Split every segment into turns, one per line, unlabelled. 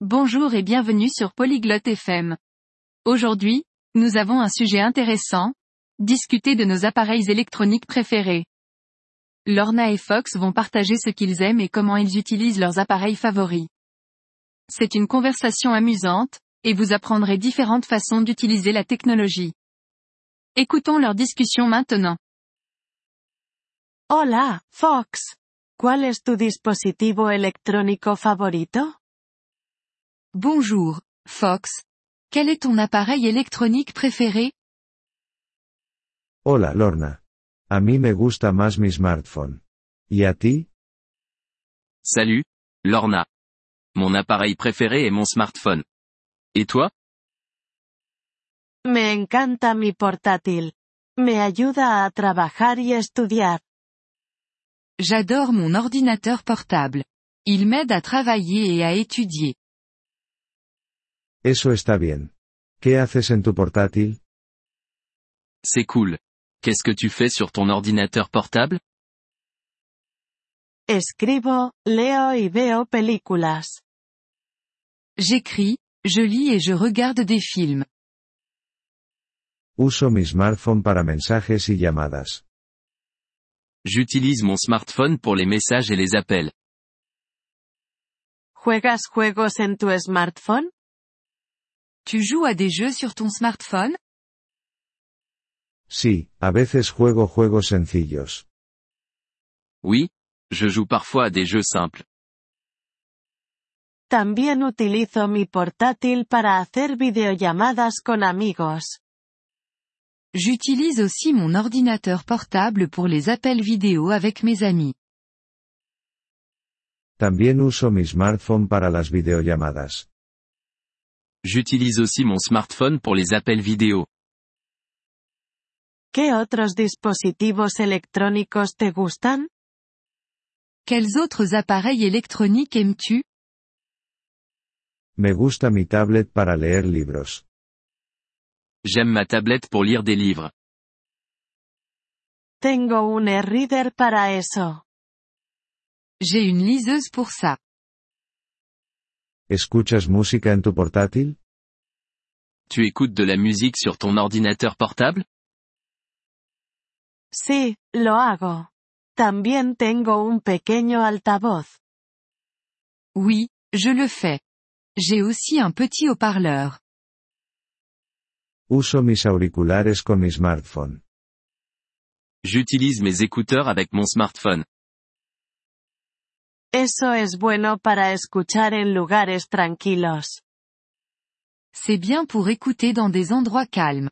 Bonjour et bienvenue sur Polyglotte FM. Aujourd'hui, nous avons un sujet intéressant, discuter de nos appareils électroniques préférés. Lorna et Fox vont partager ce qu'ils aiment et comment ils utilisent leurs appareils favoris. C'est une conversation amusante, et vous apprendrez différentes façons d'utiliser la technologie. Écoutons leur discussion maintenant.
Hola, Fox. ¿Cuál es tu dispositivo electrónico favorito?
Bonjour, Fox. Quel est ton appareil électronique préféré
Hola Lorna. A mí me gusta más mi smartphone. ¿Y a ti?
Salut, Lorna. Mon appareil préféré est mon smartphone. Et toi
Me encanta mi portátil. Me ayuda a trabajar y estudiar.
J'adore mon ordinateur portable. Il m'aide à travailler et à étudier.
Eso está bien. ¿Qué haces en tu portátil?
C'est cool. Qu'est-ce que tu fais sur ton ordinateur portable
Escribo, leo y veo películas.
J'écris, je lis et je regarde des films.
Uso mi smartphone para mensajes y llamadas.
J'utilise mon smartphone pour les messages et les appels.
¿Juegas juegos en tu smartphone?
Tu joues à des jeux sur ton smartphone
Sí, a veces juego juegos sencillos.
Oui, je joue parfois à des jeux simples.
También utilizo mi portátil para hacer videollamadas con amigos.
J'utilise aussi mon ordinateur portable pour les appels vidéo avec mes amis.
También uso mi smartphone para las videollamadas.
J'utilise aussi mon smartphone pour les appels vidéo.
¿Qué otros dispositivos electrónicos te gustan?
Quels autres appareils électroniques aimes-tu
Me gusta mi tablet para leer libros.
J'aime ma tablette pour lire des livres.
Tengo un e-reader para eso.
J'ai une liseuse pour ça.
¿Escuchas música en tu portátil?
Tu écoutes de la musique sur ton ordinateur portable
Sí, lo hago. También tengo un pequeño altavoz.
Oui, je le fais. J'ai aussi un petit haut-parleur.
Uso mis auriculares con mi smartphone.
J'utilise mes écouteurs avec mon smartphone.
Eso es bueno para escuchar en lugares tranquilos.
C'est bien pour écouter dans des endroits calmes.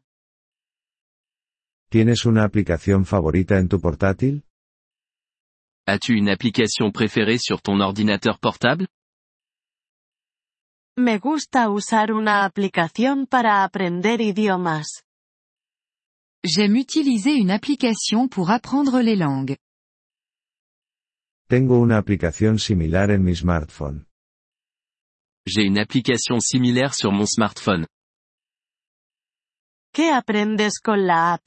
¿Tienes una aplicación favorita en tu portátil?
As-tu une application préférée sur ton ordinateur portable
Me gusta usar una aplicación para aprender idiomas.
J'aime utiliser une application pour apprendre les langues.
Tengo una aplicación similar en mi smartphone.
J'ai une application similaire sur mon smartphone.
¿Qué aprendes con la app?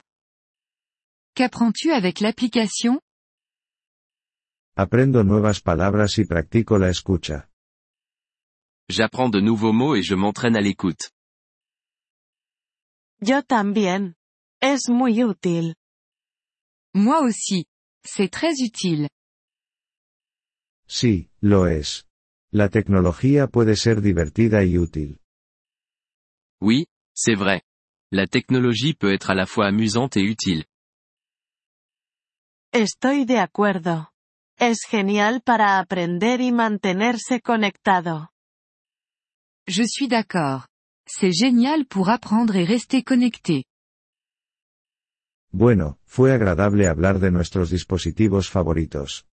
Qu'apprends-tu avec l'application
Aprendo nuevas palabras y practico la escucha.
J'apprends de nouveaux mots et je m'entraîne à l'écoute.
Yo también. Es muy útil.
Moi aussi. C'est très utile.
Sí, lo es. La tecnología puede ser divertida y útil.
Oui, c'est vrai. La technologie peut être à la fois amusante et utile.
Estoy de acuerdo. Es genial para aprender y mantenerse conectado.
Je suis d'accord. C'est génial pour apprendre et rester connecté.
Bueno, fue agradable hablar de nuestros dispositivos favoritos.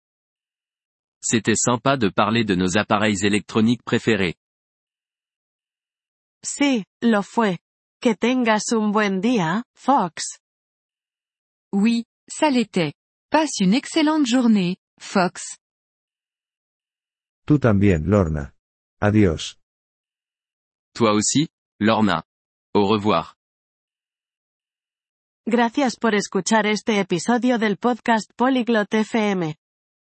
C'était sympa de parler de nos appareils électroniques préférés.
Sí, lo fue. Que tengas un buen día, Fox.
Oui, ça l'était. Passe une excellente journée, Fox.
Tú también, Lorna. Adiós.
Toi aussi, Lorna. Au revoir.
Gracias por escuchar este episodio del podcast Polyglot FM.